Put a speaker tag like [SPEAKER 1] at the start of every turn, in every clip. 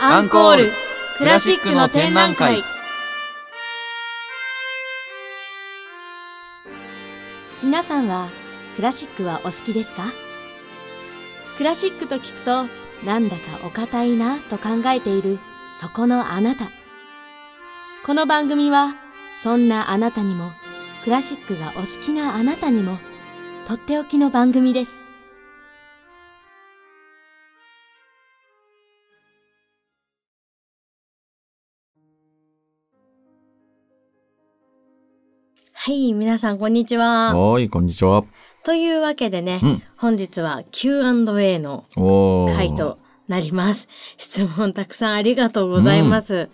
[SPEAKER 1] アンコールクラシックの展覧会皆さんはクラシックはお好きですかクラシックと聞くとなんだかお堅いなと考えているそこのあなたこの番組はそんなあなたにもクラシックがお好きなあなたにもとっておきの番組です
[SPEAKER 2] はい、皆さんこんにちは。
[SPEAKER 3] おーい、こんにちは。
[SPEAKER 2] というわけでね、
[SPEAKER 3] うん
[SPEAKER 2] 本日は Q&A の
[SPEAKER 3] おー。
[SPEAKER 2] 回となります。質問たくさんありがとうございます。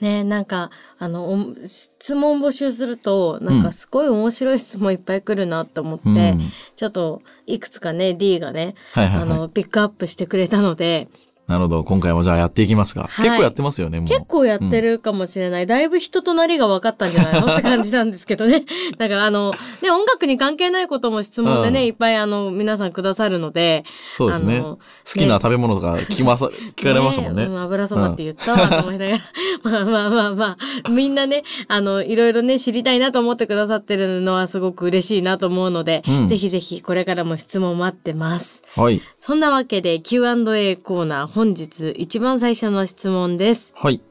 [SPEAKER 2] ね、なんか、あの、お質問募集すると、なんかすごい面白い質問いっぱい来るなと思って、
[SPEAKER 3] うん
[SPEAKER 2] ちょっといくつかね、D がね、
[SPEAKER 3] はいはいはい
[SPEAKER 2] あの、ピックアップしてくれたので、
[SPEAKER 3] なるほど、今回もじゃあやっていきますが、
[SPEAKER 2] はい
[SPEAKER 3] 結構やってますよね、もう。
[SPEAKER 2] 結構やってるかもしれない。だいぶ人となりが分かったんじゃない のって感じなんですけどね。だからあの、ね、音楽に関係ないことも質問でね、
[SPEAKER 3] うん
[SPEAKER 2] いっぱいあの、皆さんくださるので。
[SPEAKER 3] そうですね。
[SPEAKER 2] あ
[SPEAKER 3] 好
[SPEAKER 2] の
[SPEAKER 3] きな食べ物とか聞 きまさ、聞かれましたもんね。
[SPEAKER 2] う油そばって言ったわと思いながら。 まあまあまあまあ、みんなね、あの、いろいろね、知りたいなと思ってくださってるのはすごく嬉しいなと思うので、
[SPEAKER 3] うん
[SPEAKER 2] ぜひぜひこれからも質問待ってます。
[SPEAKER 3] はい。
[SPEAKER 2] そんなわけで Q&A コーナー本日一番最初の質問です。
[SPEAKER 3] はい。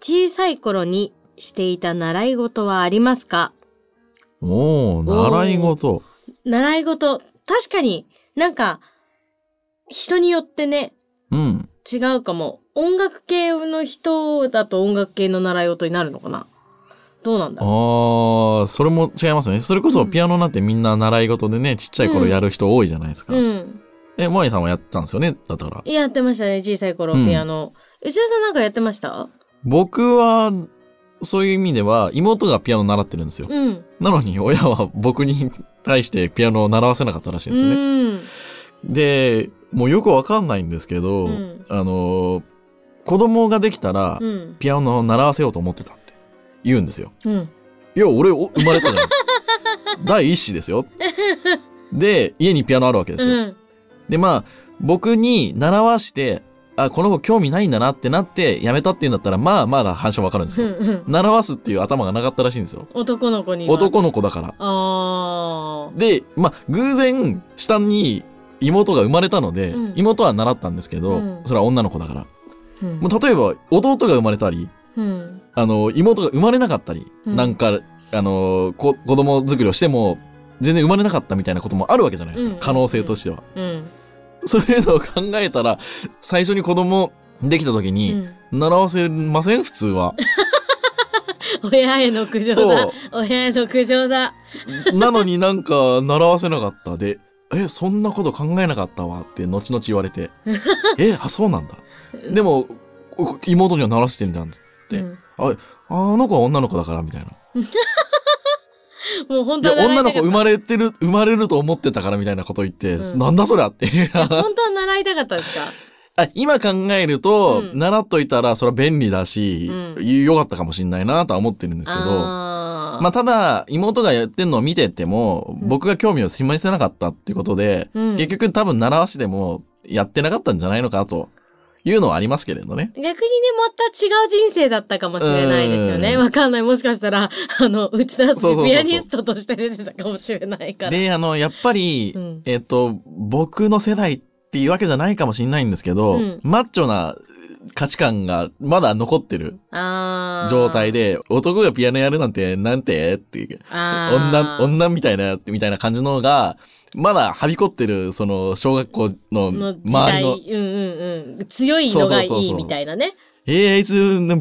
[SPEAKER 2] 小さい頃にしていた習い事はありますか
[SPEAKER 3] おー、習い事。
[SPEAKER 2] 習い事、確かになんか、人によってね、
[SPEAKER 3] うん。
[SPEAKER 2] 違うかも。音楽系の人だと音楽系の習い事になるのかなどうなんだ
[SPEAKER 3] あ
[SPEAKER 2] ろ
[SPEAKER 3] ー、それも違いますね。それこそピアノなんてみんな習い事でね、ちっちゃい頃やる人多いじゃないですか。
[SPEAKER 2] ううん。
[SPEAKER 3] え、萌えさんはやったんですよね、だから。
[SPEAKER 2] やってましたね、小さい頃、
[SPEAKER 3] うん
[SPEAKER 2] ピアノ。内田さんなんかやってました
[SPEAKER 3] 僕は、そういう意味では、妹がピアノ習ってるんですよ。
[SPEAKER 2] うん。
[SPEAKER 3] なのに、親は僕に対してピアノを習わせなかったらしいんですよね。
[SPEAKER 2] うん。
[SPEAKER 3] で、もうよくわかんないんですけど、
[SPEAKER 2] うん
[SPEAKER 3] あのー、子供ができたら、
[SPEAKER 2] うん。
[SPEAKER 3] ピアノを習わせようと思ってたって言うんですよ。
[SPEAKER 2] うん。
[SPEAKER 3] いや、俺、お生まれた じゃん。第一子ですよ。で、家にピアノあるわけですよ。
[SPEAKER 2] うん。
[SPEAKER 3] で、まあ、僕に習わして、あ、この子興味ないんだなってなって、やめたっていうんだったら、まあまだ反射わかるんです
[SPEAKER 2] う
[SPEAKER 3] よ。
[SPEAKER 2] ん。
[SPEAKER 3] 習わすっていう頭がなかったらしいんですよ。
[SPEAKER 2] 男の子には。
[SPEAKER 3] 男の子だから。
[SPEAKER 2] ああ。
[SPEAKER 3] で、まあ、偶然、下に妹が生まれたので、
[SPEAKER 2] うん
[SPEAKER 3] 妹は習ったんですけど、
[SPEAKER 2] うん
[SPEAKER 3] それは女の子だから。
[SPEAKER 2] うん
[SPEAKER 3] もう例えば、弟が生まれたり、
[SPEAKER 2] うん。
[SPEAKER 3] あの、妹が生まれなかったり、
[SPEAKER 2] うん
[SPEAKER 3] なんか、あの、こ子供作りをしても、全然生まれなかったみたいなこともあるわけじゃないですか。
[SPEAKER 2] うん
[SPEAKER 3] 可能性としては。
[SPEAKER 2] うん。
[SPEAKER 3] そういうのを考えたら、最初に子供できた時
[SPEAKER 2] う
[SPEAKER 3] に、
[SPEAKER 2] ん。
[SPEAKER 3] 習わせません普通は。
[SPEAKER 2] 親への苦情だ
[SPEAKER 3] そ。
[SPEAKER 2] 親への苦情だ。
[SPEAKER 3] う。 なのになんか、習わせなかったで、え、そんなこと考えなかったわって、後々言わ れて、え、あ、そうなんだ。でも、お妹には習わせてんじゃん。で
[SPEAKER 2] うん
[SPEAKER 3] あの子は女の子だから、みた いな。
[SPEAKER 2] もう本
[SPEAKER 3] い
[SPEAKER 2] 当
[SPEAKER 3] や
[SPEAKER 2] は習い
[SPEAKER 3] 女
[SPEAKER 2] たかっ
[SPEAKER 3] の
[SPEAKER 2] た
[SPEAKER 3] 子生まれてる生まれると思ってたからみたいなこと言って、
[SPEAKER 2] うん
[SPEAKER 3] なんだそりゃっ ていう
[SPEAKER 2] 本当は習いたかったですか
[SPEAKER 3] あ今考えると、
[SPEAKER 2] うん
[SPEAKER 3] 習っといたらそれは便利だし、
[SPEAKER 2] うん
[SPEAKER 3] 良かったかもしれないなとは思ってるんですけど
[SPEAKER 2] あー
[SPEAKER 3] まあ、ただ妹がやってるのを見てても、
[SPEAKER 2] うん
[SPEAKER 3] 僕が興味を示せなかったってことで、
[SPEAKER 2] うん
[SPEAKER 3] 結局多分習わしでもやってなかったんじゃないのかというのはありますけれどね。
[SPEAKER 2] 逆にね、また違う人生だったかもしれないですよね。
[SPEAKER 3] うん
[SPEAKER 2] わかんない。もしかしたら、あの、内田
[SPEAKER 3] そうそうそうそ
[SPEAKER 2] 氏
[SPEAKER 3] う
[SPEAKER 2] ピアニストとして出てたかもしれない から。
[SPEAKER 3] であのやっぱり、
[SPEAKER 2] うん
[SPEAKER 3] えっと僕の世代っていうわけじゃないかもしれないんですけど、
[SPEAKER 2] うん
[SPEAKER 3] マッチョな価値観がまだ残ってる
[SPEAKER 2] あー
[SPEAKER 3] 状態、で男がピアノやるなんてなんてっていう
[SPEAKER 2] あ
[SPEAKER 3] 女
[SPEAKER 2] ー
[SPEAKER 3] 女みたいなみたいな感じのがまだはびこってるその小学校の
[SPEAKER 2] の時
[SPEAKER 3] 周り
[SPEAKER 2] 代、
[SPEAKER 3] の
[SPEAKER 2] うんうんうん。強いのがい
[SPEAKER 3] そうそうそう
[SPEAKER 2] い
[SPEAKER 3] そう
[SPEAKER 2] みたいなね。
[SPEAKER 3] 「えー、あいつ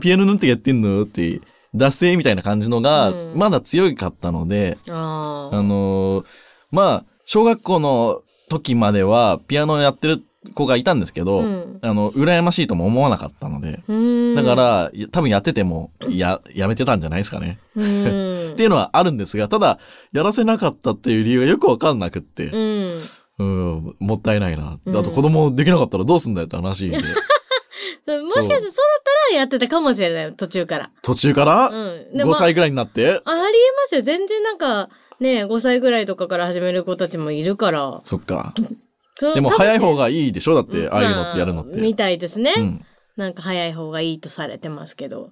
[SPEAKER 3] ピアノなんてやってんの?」って脱線みたいな感じのが
[SPEAKER 2] うん
[SPEAKER 3] まだ強かったので、
[SPEAKER 2] あ
[SPEAKER 3] あ
[SPEAKER 2] ー
[SPEAKER 3] のーまあ小学校の時まではピアノやってる子がいたんですけど、
[SPEAKER 2] うん
[SPEAKER 3] あの羨ましいとも思わなかったので。
[SPEAKER 2] うーん。
[SPEAKER 3] だか、ら、いや多分やってても、や、やめてたんじゃないですかね。
[SPEAKER 2] う
[SPEAKER 3] っ
[SPEAKER 2] ん
[SPEAKER 3] て。いうのはあるん ですが、ただ、やらせなかったっていう理由がよくわかんなくって、
[SPEAKER 2] うん。
[SPEAKER 3] うん、もったいないな。
[SPEAKER 2] うん
[SPEAKER 3] あと子供できなかったらどうすんだよって話で、
[SPEAKER 2] もしかしてそうだったらやってたかもしれない。途中から。
[SPEAKER 3] 途中から
[SPEAKER 2] うん。で
[SPEAKER 3] 5
[SPEAKER 2] も
[SPEAKER 3] 歳ぐらいになって、
[SPEAKER 2] あありえますよ。全然なんか、ね、5歳ぐらいとかから始める子たちもいるから。
[SPEAKER 3] そっか。
[SPEAKER 2] その
[SPEAKER 3] でも
[SPEAKER 2] 多分
[SPEAKER 3] 早い方がいいでしょだって、
[SPEAKER 2] うん
[SPEAKER 3] ああいうのってやるのっ
[SPEAKER 2] まあみ
[SPEAKER 3] て。
[SPEAKER 2] たいですね。
[SPEAKER 3] うん。
[SPEAKER 2] なんか早い方がいいとされてますけど。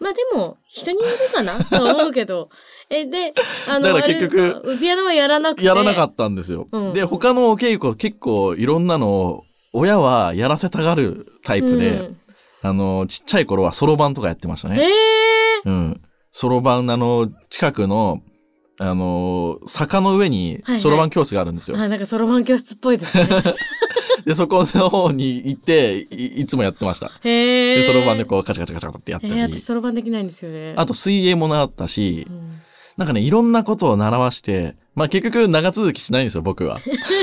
[SPEAKER 2] まあでも、人によるかな とは思うけど。え、で、あの、
[SPEAKER 3] だから結局
[SPEAKER 2] あれですかピアノはやらなくて。
[SPEAKER 3] やらなかったんですよ。
[SPEAKER 2] うん
[SPEAKER 3] で、他のお稽古結構いろんなのを親はやらせたがるタイプで、
[SPEAKER 2] うん
[SPEAKER 3] あの、ちっちゃい頃はそろばんとかやってましたね。
[SPEAKER 2] え
[SPEAKER 3] うん。そろばん、あの、近くの、あの、坂の上に
[SPEAKER 2] はいはい
[SPEAKER 3] そろばん教室があるんです
[SPEAKER 2] ー、
[SPEAKER 3] よ。
[SPEAKER 2] あなんかそろばん教室っぽいですね。
[SPEAKER 3] で、そこの方に行って、いいつもやってました。
[SPEAKER 2] へえ。
[SPEAKER 3] で、そろばんでこう、カチャカチャカチャってやった
[SPEAKER 2] え
[SPEAKER 3] り。
[SPEAKER 2] ー、私そろばんできないんですよね。
[SPEAKER 3] あと、水泳も習ったし
[SPEAKER 2] う、ん
[SPEAKER 3] なんかね、いろんなことを習わして、まあ結局長続きしないんですよ、 僕は。
[SPEAKER 2] いやでも私もそ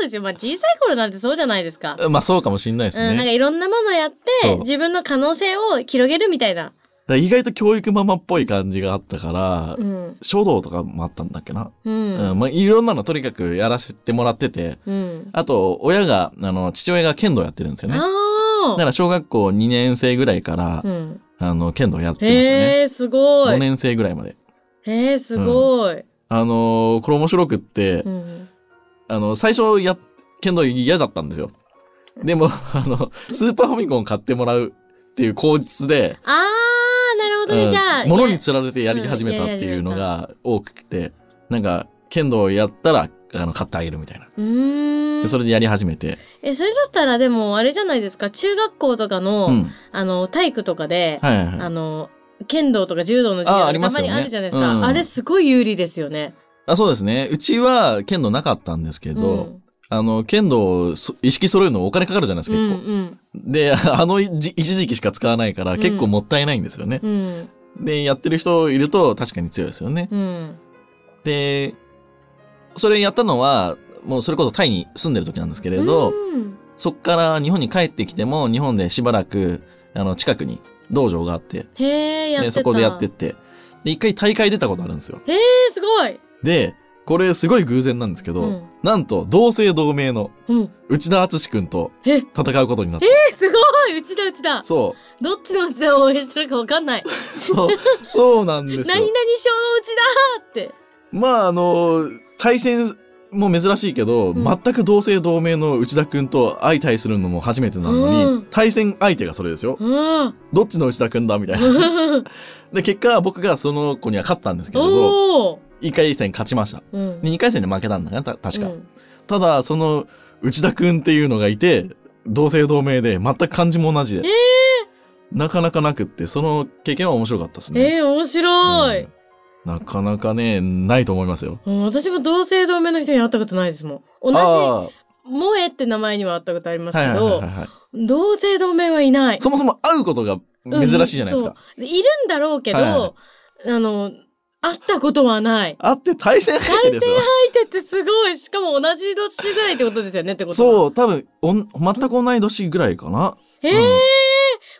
[SPEAKER 2] うですよ。まあ小さい頃なんてそうじゃないですか。
[SPEAKER 3] まあそうかもしんないです
[SPEAKER 2] うん、なんか
[SPEAKER 3] ね。
[SPEAKER 2] いろんなものやっ
[SPEAKER 3] そう
[SPEAKER 2] て自分の可能性を広げるみたいな。
[SPEAKER 3] だから意外と教育ママっぽい感じがあったから、
[SPEAKER 2] うん。
[SPEAKER 3] 書道とかもあったんだっけな。
[SPEAKER 2] う。
[SPEAKER 3] うんん、まあいろんなのとにかくやらせてもらってて、
[SPEAKER 2] うん。
[SPEAKER 3] あと、親が、あの、父親が剣道やってるんですよね。だ
[SPEAKER 2] あ
[SPEAKER 3] から小学校2年生ぐらいから、
[SPEAKER 2] あ。うん。
[SPEAKER 3] あの、剣道やってましたね。
[SPEAKER 2] へえー、すご
[SPEAKER 3] 5
[SPEAKER 2] い。
[SPEAKER 3] 年生ぐらいまで。
[SPEAKER 2] へえー、すごい。
[SPEAKER 3] あのーこれ面白くって、
[SPEAKER 2] うん。
[SPEAKER 3] あの、最初や、剣道嫌だったんですよ。でも、あの、スーパーファミコンを買ってもらうっていう口実で、
[SPEAKER 2] あー、なるほどね。じゃあ、
[SPEAKER 3] うん物に
[SPEAKER 2] い
[SPEAKER 3] つられてやり始めたっていうのが多くて、なんか、剣道をやったら、あの、買ってあげるみたいな。
[SPEAKER 2] やうー
[SPEAKER 3] で
[SPEAKER 2] ん。
[SPEAKER 3] それでやり始めて、
[SPEAKER 2] え、それだったらでも、あれじゃないですか。中学校とかの、
[SPEAKER 3] うん。
[SPEAKER 2] あの、体育とかで、
[SPEAKER 3] はいはいは
[SPEAKER 2] あ
[SPEAKER 3] い。
[SPEAKER 2] の、剣道とか柔道の授
[SPEAKER 3] あ
[SPEAKER 2] 業
[SPEAKER 3] あり
[SPEAKER 2] で
[SPEAKER 3] ま
[SPEAKER 2] たま
[SPEAKER 3] すよね
[SPEAKER 2] にあるじゃないですか。あ,、
[SPEAKER 3] うん
[SPEAKER 2] れすごい有利ですよね。
[SPEAKER 3] あそうですね。うちは剣道なかったんですけ
[SPEAKER 2] う
[SPEAKER 3] ど、
[SPEAKER 2] ん
[SPEAKER 3] あの、剣道、そ意識揃えるのお金かかるじゃないです
[SPEAKER 2] う
[SPEAKER 3] か、
[SPEAKER 2] ん
[SPEAKER 3] 結構。で、あの一一時期しか使わないから、
[SPEAKER 2] うん
[SPEAKER 3] 結構もったいないんですよね。
[SPEAKER 2] うんうん
[SPEAKER 3] で、やってる人いると確かに強いですよね。
[SPEAKER 2] うん
[SPEAKER 3] で、それやったのは、もうそれこそタイに住んでる時なんですけれど、
[SPEAKER 2] うん
[SPEAKER 3] そっから日本に帰ってきても、日本でしばらく、あの、近くに道場があって、
[SPEAKER 2] へえやって
[SPEAKER 3] で
[SPEAKER 2] た
[SPEAKER 3] そこでやってって、で、一回大会出たことあるんですよ。
[SPEAKER 2] えー、すごい
[SPEAKER 3] で、これすごい偶然なんですけど、
[SPEAKER 2] うん
[SPEAKER 3] なんと、同姓同名の
[SPEAKER 2] うん
[SPEAKER 3] 内田敦君と
[SPEAKER 2] え
[SPEAKER 3] 戦うことになって、
[SPEAKER 2] えすごいうちだうちだ
[SPEAKER 3] そう。
[SPEAKER 2] どっちのうちだを応援してるかわかんない
[SPEAKER 3] そう、そうなんです
[SPEAKER 2] 何々賞の
[SPEAKER 3] よ。
[SPEAKER 2] うちだって
[SPEAKER 3] まあ、あの、対戦も珍しいけど、
[SPEAKER 2] うん
[SPEAKER 3] 全く同姓同名の内田くんと相対するのも初めてなのに、
[SPEAKER 2] うん
[SPEAKER 3] 対戦相手がそれですよ。
[SPEAKER 2] うん
[SPEAKER 3] どっちの内田くんだみたいな。 で、結果僕がその子には勝ったんですけれど、
[SPEAKER 2] おお
[SPEAKER 3] 1回戦勝ちました。
[SPEAKER 2] うん
[SPEAKER 3] で、2回戦で負けたんだね、た確か。
[SPEAKER 2] うん
[SPEAKER 3] ただ、その内田くんっていうのがいて、同姓同名で、全く漢字も同じで。なかなかなくって、その経験は面白かったですね。
[SPEAKER 2] えー、面白い、
[SPEAKER 3] うんなかなかね、ないと思いますよ。
[SPEAKER 2] うん私も同姓同名の人に会ったことないですもん同じ
[SPEAKER 3] あー
[SPEAKER 2] 萌えって名前には会ったことあります
[SPEAKER 3] は
[SPEAKER 2] け
[SPEAKER 3] いはい
[SPEAKER 2] ど、
[SPEAKER 3] はいはい
[SPEAKER 2] 同姓同名はいない
[SPEAKER 3] そもそも会うことが珍しいじゃないですか。
[SPEAKER 2] うんそういるんだろうけど、
[SPEAKER 3] はいは
[SPEAKER 2] あの、会ったことはない。
[SPEAKER 3] 会って対戦相手ですよ。
[SPEAKER 2] 相手ってすごい。しかも同じ年ぐらいってことですよねってことう。
[SPEAKER 3] そう、多分おん、全く同い年ぐらいかな。
[SPEAKER 2] へえ、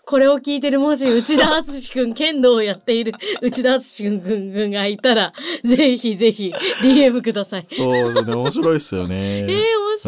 [SPEAKER 2] これを聞いてるもし内田敦くん剣道をやってい る内田敦くんくんがいたら、ぜひぜひ DM ください。
[SPEAKER 3] そう、でも面白いですよね。
[SPEAKER 2] えー、
[SPEAKER 3] っ
[SPEAKER 2] 面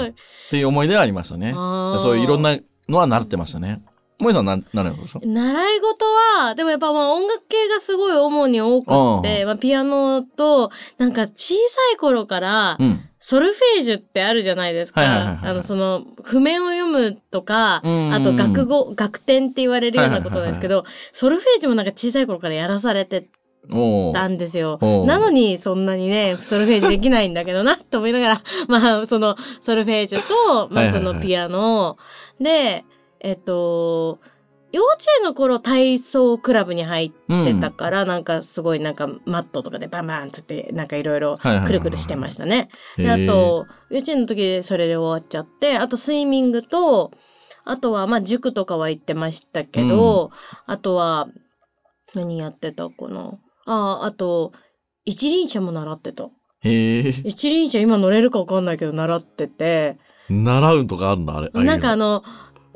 [SPEAKER 2] 白い。
[SPEAKER 3] ていう思い出がありましたね。
[SPEAKER 2] あー
[SPEAKER 3] そういういろんなのは習ってましたね。萌えさんなん、なるほど。
[SPEAKER 2] 習い事は、でもやっぱまあ音楽系がすごい主に多くって、まあピアノと、なんか小さい頃から、
[SPEAKER 3] うん。
[SPEAKER 2] ソルフェージュってあるじゃないですか。
[SPEAKER 3] はいはいはいはい
[SPEAKER 2] あの、その、譜面を読むとか、
[SPEAKER 3] うん
[SPEAKER 2] あと、学語、学点って言われるようなことなんですけど、ソルフェージュもなんか小さい頃からやらされて
[SPEAKER 3] お
[SPEAKER 2] た
[SPEAKER 3] ー
[SPEAKER 2] んですよ
[SPEAKER 3] おう。
[SPEAKER 2] なのに、そんなにね、ソルフェージュできないんだけどな、 と思いながら、まあ、その、ソルフェージュと、ま
[SPEAKER 3] はい
[SPEAKER 2] あ、
[SPEAKER 3] はい
[SPEAKER 2] そ
[SPEAKER 3] はい
[SPEAKER 2] のピアノ、で、えっと、幼稚園の頃体操クラブに入ってたから、なんかすごいなんかマットとかでバンバンつってなんかいろいろ
[SPEAKER 3] はいはいはいはい
[SPEAKER 2] くるくるしてましたね。
[SPEAKER 3] へ
[SPEAKER 2] であ
[SPEAKER 3] ー
[SPEAKER 2] と幼稚園の時でそれで終わっちゃってあとスイミングとあとはまあ塾とかは行ってましたけど、あとは何やってたかなああと一輪車も習ってた
[SPEAKER 3] へえ。
[SPEAKER 2] 一輪車今乗れるか分かんないけど習ってて
[SPEAKER 3] 習うとかあるんだ、あれ。
[SPEAKER 2] なんか
[SPEAKER 3] あ
[SPEAKER 2] あの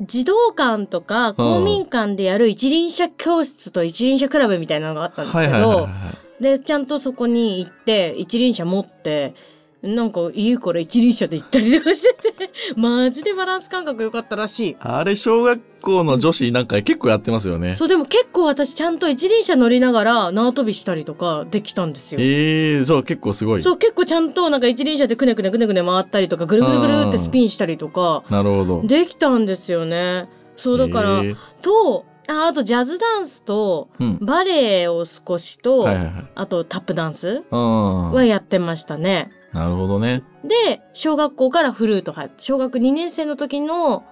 [SPEAKER 2] 児童館とか公民館でやる一輪車教室と一輪車クラブみたいなのがあった
[SPEAKER 3] あい
[SPEAKER 2] ん
[SPEAKER 3] う
[SPEAKER 2] です
[SPEAKER 3] のは
[SPEAKER 2] け
[SPEAKER 3] いはいはい
[SPEAKER 2] ど
[SPEAKER 3] はいはい。
[SPEAKER 2] でちゃんとそこに行って一輪車持ってなんか家から一輪車で行ったりとかしてて マジでバランス感覚良かったらしい。
[SPEAKER 3] あれ、小学校の女子なんか結構やってますよね。
[SPEAKER 2] そうでも結構私ちゃんと一輪車乗りながら縄跳びしたりとかできたんですよ。
[SPEAKER 3] ええ、じゃあ結構すごい
[SPEAKER 2] そ。う結構ちゃんとなんか一輪車でくねくねくねくね回ったりとかぐるぐるぐるってスピンしたりとか
[SPEAKER 3] なるほど。
[SPEAKER 2] できたんですよね。そうだから、
[SPEAKER 3] へえ
[SPEAKER 2] とああとジャズダンスと
[SPEAKER 3] うん。
[SPEAKER 2] バレエを少しと、
[SPEAKER 3] はいはいはい。
[SPEAKER 2] あとタップダンス
[SPEAKER 3] あ
[SPEAKER 2] はやってましたね。
[SPEAKER 3] あ。なるほどね。
[SPEAKER 2] で小学校からフルートは小学2年生の時の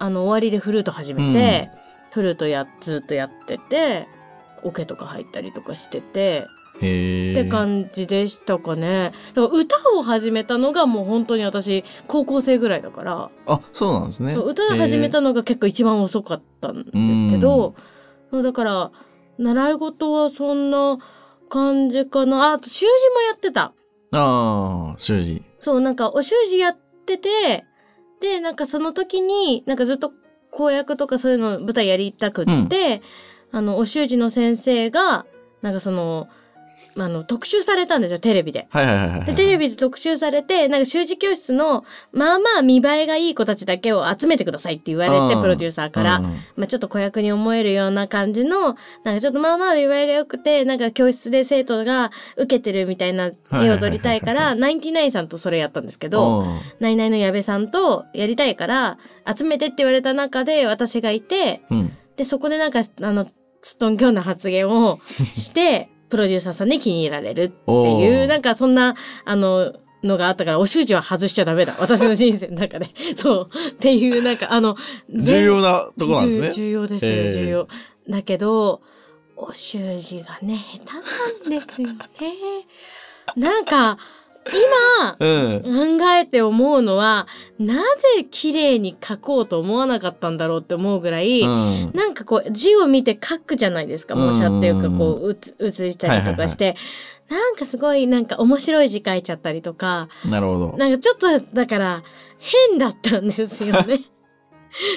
[SPEAKER 2] あの終わりでフルート始めて、フルートやずっとやっててオケとか入ったりとかしてて、
[SPEAKER 3] へえ。
[SPEAKER 2] って感じでしたかね。だから歌を始めたのがもう本当に私高校生ぐらいだから。
[SPEAKER 3] あ、そうなんですね。
[SPEAKER 2] そう歌を始めたのが結構一番遅かったんですけど、そうだから習い事はそんな感じかなああと習字もやってた
[SPEAKER 3] ああ、習字。
[SPEAKER 2] そうなんかお習字やっててでなんかその時になんかずっと公約とかそういうの舞台やりたくって、あのお習字の先生がなんかそのあの特集されたんですよテレビで。
[SPEAKER 3] はいはいはいはいはい。
[SPEAKER 2] でテレビで特集されてなんか習字教室のまあまあ見栄えがいい子たちだけを集めてくださいって言われ
[SPEAKER 3] あ
[SPEAKER 2] て
[SPEAKER 3] ー
[SPEAKER 2] プロデューサーから、
[SPEAKER 3] うんうん
[SPEAKER 2] まあ、ちょっと子役に思えるような感じのなんかちょっとまあまあ見栄えが良くてなんか教室で生徒が受けてるみたいな絵を撮りたいからナインティナインさんとそれやったんですけど
[SPEAKER 3] あ
[SPEAKER 2] ナイナイの矢部さんとやりたいから集めてって言われた中で私がいて
[SPEAKER 3] ーうん。
[SPEAKER 2] でそこでなんかあのすっとんきょうな発言をしてプロデューサーさんに気に入られるってい
[SPEAKER 3] おー
[SPEAKER 2] うなんかそんなあののがあったからお習字は外しちゃダメだ私の人生の中でそうっていうなんかあの
[SPEAKER 3] 重要なとこなんですね。
[SPEAKER 2] 重重要ですよ、
[SPEAKER 3] ええ
[SPEAKER 2] 重要だけどお習字がね下手なんです よねなんか今
[SPEAKER 3] うん。
[SPEAKER 2] 考えて思うのはなぜ綺麗に書こうと思わなかったんだろうって思うぐらい、
[SPEAKER 3] うん。
[SPEAKER 2] なんかこう字を見て書くじゃないですか模写っていうかこううつ写したりとかして、なんかすごいなんか面白い字書いちゃったりとか
[SPEAKER 3] なるほど。
[SPEAKER 2] なんかちょっとだから変だったんですよ ね。